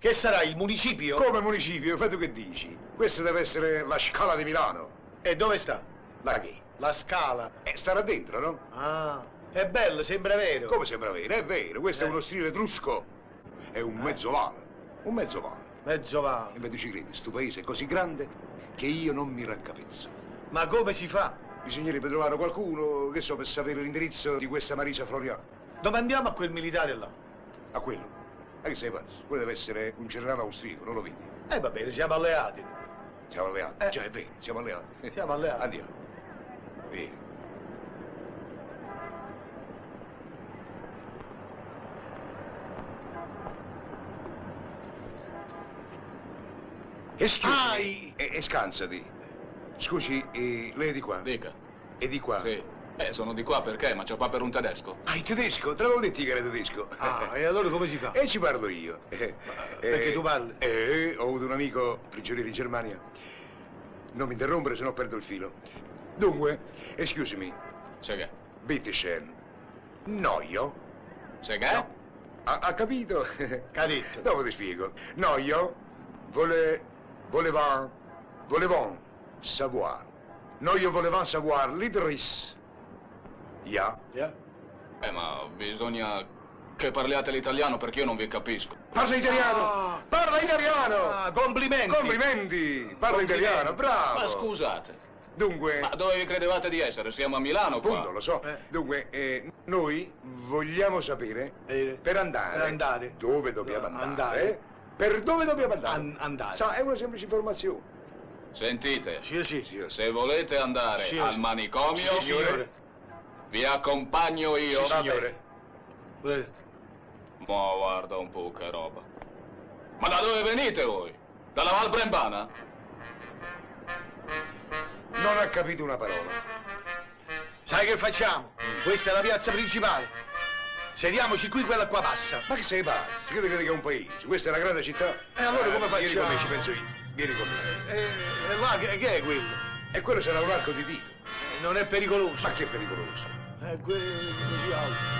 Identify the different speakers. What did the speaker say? Speaker 1: Che sarà il municipio?
Speaker 2: Come municipio, fai tu che dici? Questa deve essere la scala di Milano.
Speaker 1: E dove sta?
Speaker 2: La che?
Speaker 1: La scala.
Speaker 2: Eh, starà dentro, no?
Speaker 1: Ah, è bello, sembra vero.
Speaker 2: Come sembra vero? È vero, questo
Speaker 1: Eh.
Speaker 2: è uno stile etrusco. È un mezzo vano. Un mezzo vano.
Speaker 1: Mezzo
Speaker 2: E
Speaker 1: vano.
Speaker 2: beh, tu ci credi, sto paese è così grande che io non mi raccapezzo.
Speaker 1: Ma come si fa?
Speaker 2: Bisognerebbe trovare qualcuno, che so, per sapere l'indirizzo di questa Marisa Floriano.
Speaker 1: Domandiamo a quel militare là.
Speaker 2: A quello. Ma che sei pazzo? Quello deve essere un generale austriaco, non lo vedi?
Speaker 1: E Eh, va bene, siamo alleati.
Speaker 2: Siamo alleati.
Speaker 1: Eh.
Speaker 2: Già, è vero, siamo alleati. Eh.
Speaker 1: Siamo alleati.
Speaker 2: Andiamo. Vieni. E
Speaker 1: Ai!
Speaker 2: schiusi. E, e scansati. Scusi, e lei è di qua?
Speaker 3: Dica.
Speaker 2: E di qua?
Speaker 3: Sì. Beh, sono di qua perché? Ma c'ho qua per un tedesco.
Speaker 2: Ah, il tedesco? Te l'avevo detto che era tedesco.
Speaker 1: Ah, e allora come si fa?
Speaker 2: E ci parlo io. Eh,
Speaker 1: perché
Speaker 2: eh,
Speaker 1: tu parli?
Speaker 2: Eh, ho avuto un amico prigioniero in Germania. Non mi interrompere, sennò perdo il filo. Dunque, excuse me,
Speaker 3: Seghe.
Speaker 2: bitte schön. Noio?
Speaker 1: Eh?
Speaker 3: Seghe?
Speaker 2: No. Ha, ha capito?
Speaker 1: Capito.
Speaker 2: Dopo ti spiego. Noio vole, voleva, volevon savoir. Noio volevon savoir l'idris. Ya.
Speaker 1: Eh?
Speaker 3: Eh, ma bisogna che parliate l'italiano perché io non vi capisco.
Speaker 2: Parla italiano!
Speaker 1: Ah.
Speaker 2: Parla italiano!
Speaker 1: Ah, complimenti.
Speaker 2: Complimenti! Parla
Speaker 1: Complimenti.
Speaker 2: italiano,
Speaker 1: Ah,
Speaker 2: bravo!
Speaker 3: Ma scusate.
Speaker 2: Dunque,
Speaker 3: Ma dove vi credevate di essere? Siamo a Milano qua.
Speaker 2: appunto, lo so.
Speaker 1: Eh.
Speaker 2: Dunque, eh, noi vogliamo sapere
Speaker 1: Eh,
Speaker 2: per andare,
Speaker 1: per andare.
Speaker 2: dove dobbiamo
Speaker 1: No,
Speaker 2: andare,
Speaker 1: andare.
Speaker 2: per dove dobbiamo andare.
Speaker 1: An- andare.
Speaker 2: Sa, è una semplice informazione.
Speaker 3: Sentite,
Speaker 1: Sì, sì, sì.
Speaker 3: se volete andare
Speaker 1: Sì,
Speaker 3: al
Speaker 1: sì.
Speaker 3: manicomio,
Speaker 1: Sì, signore.
Speaker 3: vi accompagno io.
Speaker 1: Sì, signore.
Speaker 3: Vabbè. Ma guarda un po' che roba. Ma da dove venite voi? Dalla Val Brembana?
Speaker 2: Non ha capito una parola.
Speaker 1: Sai che facciamo? Questa è la piazza principale. Sediamoci qui, quella qua passa.
Speaker 2: Ma che sei pazzo? Che ti credi che è un paese? Questa è una grande città. Eh,
Speaker 1: E Eh, allora come
Speaker 2: Vieni
Speaker 1: facciamo?
Speaker 2: con me, ci penso io. Vieni con me.
Speaker 1: E, e Eh, là, che, che è quello?
Speaker 2: E quello sarà un arco di dito.
Speaker 1: Eh, Non è pericoloso.
Speaker 2: Ma che pericoloso.
Speaker 1: È quello così alto.